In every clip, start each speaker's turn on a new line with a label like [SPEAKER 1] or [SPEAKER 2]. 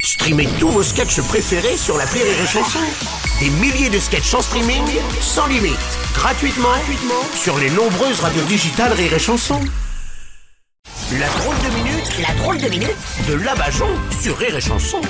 [SPEAKER 1] Streamez tous vos sketchs préférés sur la Rire et Chanson. Des milliers de sketchs en streaming, sans limite, gratuitement, gratuitement sur les nombreuses radios digitales Rire et Chanson. La drôle de minute, la drôle de minute de Labajon sur Rire et Chanson.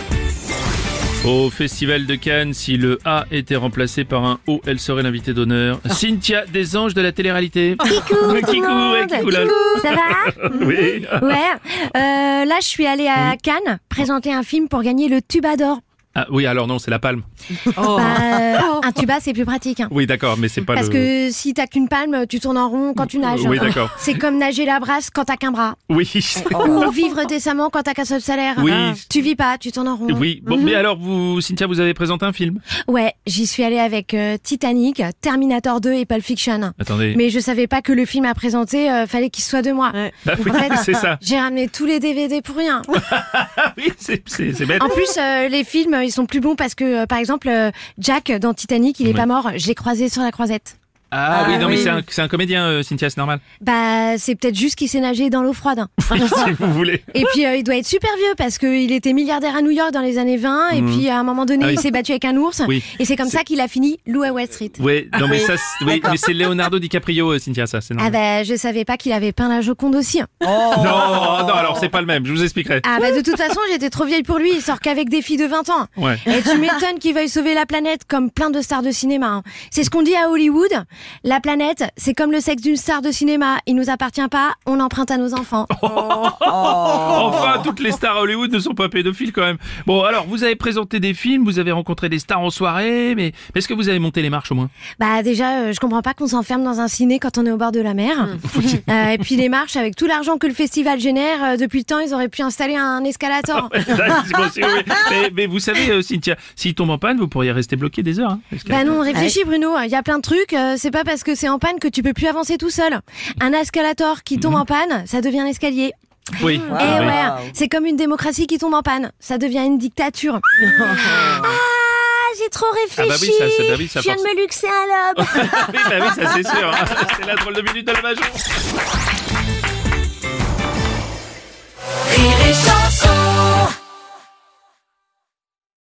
[SPEAKER 2] Au Festival de Cannes, si le A était remplacé par un O, elle serait l'invitée d'honneur.
[SPEAKER 3] Ah.
[SPEAKER 2] Cynthia des anges de la télé-réalité.
[SPEAKER 3] Kikou, tout
[SPEAKER 2] Kikou,
[SPEAKER 3] le monde.
[SPEAKER 2] ouais, Kikou, là.
[SPEAKER 3] Kikou, ça va
[SPEAKER 2] Oui.
[SPEAKER 3] Ouais. Euh, là, je suis allée à Cannes présenter un film pour gagner le tuba d'or.
[SPEAKER 2] Ah, oui, alors non, c'est la palme.
[SPEAKER 3] Bah, euh, un tuba, c'est plus pratique. hein.
[SPEAKER 2] Oui, d'accord, mais c'est pas
[SPEAKER 3] Parce
[SPEAKER 2] Oh. le.
[SPEAKER 3] que si t'as qu'une palme, tu tournes en rond quand tu nages. hein.
[SPEAKER 2] Oui, d'accord.
[SPEAKER 3] C'est comme nager la brasse quand t'as qu'un bras.
[SPEAKER 2] Oui.
[SPEAKER 3] Ou vivre décemment quand t'as qu'un seul salaire.
[SPEAKER 2] Oui.
[SPEAKER 3] Tu vis pas, tu tournes en rond.
[SPEAKER 2] Oui. Bon, mais alors, vous, Cynthia, vous avez présenté un film
[SPEAKER 3] Ouais, j'y suis allée avec euh, Titanic, Terminator 2 et Pulp Fiction.
[SPEAKER 2] Attendez.
[SPEAKER 3] Mais je savais pas que le film à présenter, euh, fallait qu'il soit de moi.
[SPEAKER 2] Ah oui,
[SPEAKER 3] En fait,
[SPEAKER 2] c'est ça.
[SPEAKER 3] J'ai ramené tous les DVD pour rien.
[SPEAKER 2] Ah oui, c'est- c'est c'est bête.
[SPEAKER 3] En plus, euh, les films, euh, ils sont plus bons parce que, euh, par exemple, euh, Jack euh, dans Titanic, il est
[SPEAKER 2] Oui.
[SPEAKER 3] pas mort. Je l'ai croisé sur la croisette.
[SPEAKER 2] Ah, oui, non, mais
[SPEAKER 4] oui.
[SPEAKER 2] c'est un, c'est un comédien, euh, Cynthia, c'est normal.
[SPEAKER 3] Bah, c'est peut-être juste qu'il s'est nagé dans l'eau froide. hein.
[SPEAKER 2] si vous voulez.
[SPEAKER 3] Et puis, euh, il doit être super vieux parce qu'il était milliardaire à New York dans les années 20. Et puis, à un moment donné,
[SPEAKER 2] Ah oui.
[SPEAKER 3] il s'est battu avec un ours.
[SPEAKER 2] Oui. Mm.
[SPEAKER 3] Et c'est comme ça qu'il a fini Lou à Wall Street.
[SPEAKER 2] Oui, non, mais ça, c'est- oui, mais c'est Leonardo DiCaprio, euh, Cynthia, ça, c'est
[SPEAKER 3] Ah
[SPEAKER 2] normal.
[SPEAKER 3] bah, je savais pas qu'il avait peint la Joconde aussi. hein.
[SPEAKER 2] Non, non, alors c'est pas le même, je vous expliquerai.
[SPEAKER 3] Ah bah, de toute façon, j'étais trop vieille pour lui. Il sort qu'avec des filles de 20 ans.
[SPEAKER 2] Ouais.
[SPEAKER 3] Et tu m'étonnes qu'il veuille sauver la planète comme plein de stars de cinéma. hein. C'est ce qu'on dit à Hollywood. La planète, c'est comme le sexe d'une star de cinéma. Il nous appartient pas, on l'emprunte à nos enfants.
[SPEAKER 2] Enfin, toutes les stars à Hollywood ne sont pas pédophiles quand même. Bon, alors, vous avez présenté des films, vous avez rencontré des stars en soirée, mais mais est-ce que vous avez monté les marches au moins
[SPEAKER 3] Bah déjà, euh, je comprends pas qu'on s'enferme dans un ciné quand on est au bord de la mer. Euh, et puis les marches, avec tout l'argent que le festival génère, euh, depuis le temps, ils auraient pu installer un escalator.
[SPEAKER 2] Là, c'est bon, c'est- oui. mais, mais vous savez, euh, Cynthia, s'il tombe en panne, vous pourriez rester bloqué des heures. hein, parce que-
[SPEAKER 3] Bah non, réfléchis Bruno, il y a plein de trucs, euh, c'est pas parce que c'est en panne que tu peux plus avancer tout seul. Un escalator qui tombe en panne, ça devient un escalier.
[SPEAKER 2] Oui. Ah
[SPEAKER 3] Eh
[SPEAKER 2] oui.
[SPEAKER 3] ouais, c'est comme une démocratie qui tombe en panne. Ça devient une dictature. ah, j'ai trop
[SPEAKER 2] Ah
[SPEAKER 3] réfléchi.
[SPEAKER 2] bah oui, ça- ça- bah oui, ça
[SPEAKER 3] Je viens de me luxer un lobe.
[SPEAKER 2] Oui, bah oui, ça c'est sûr. hein. C'est la drôle de minute de la major.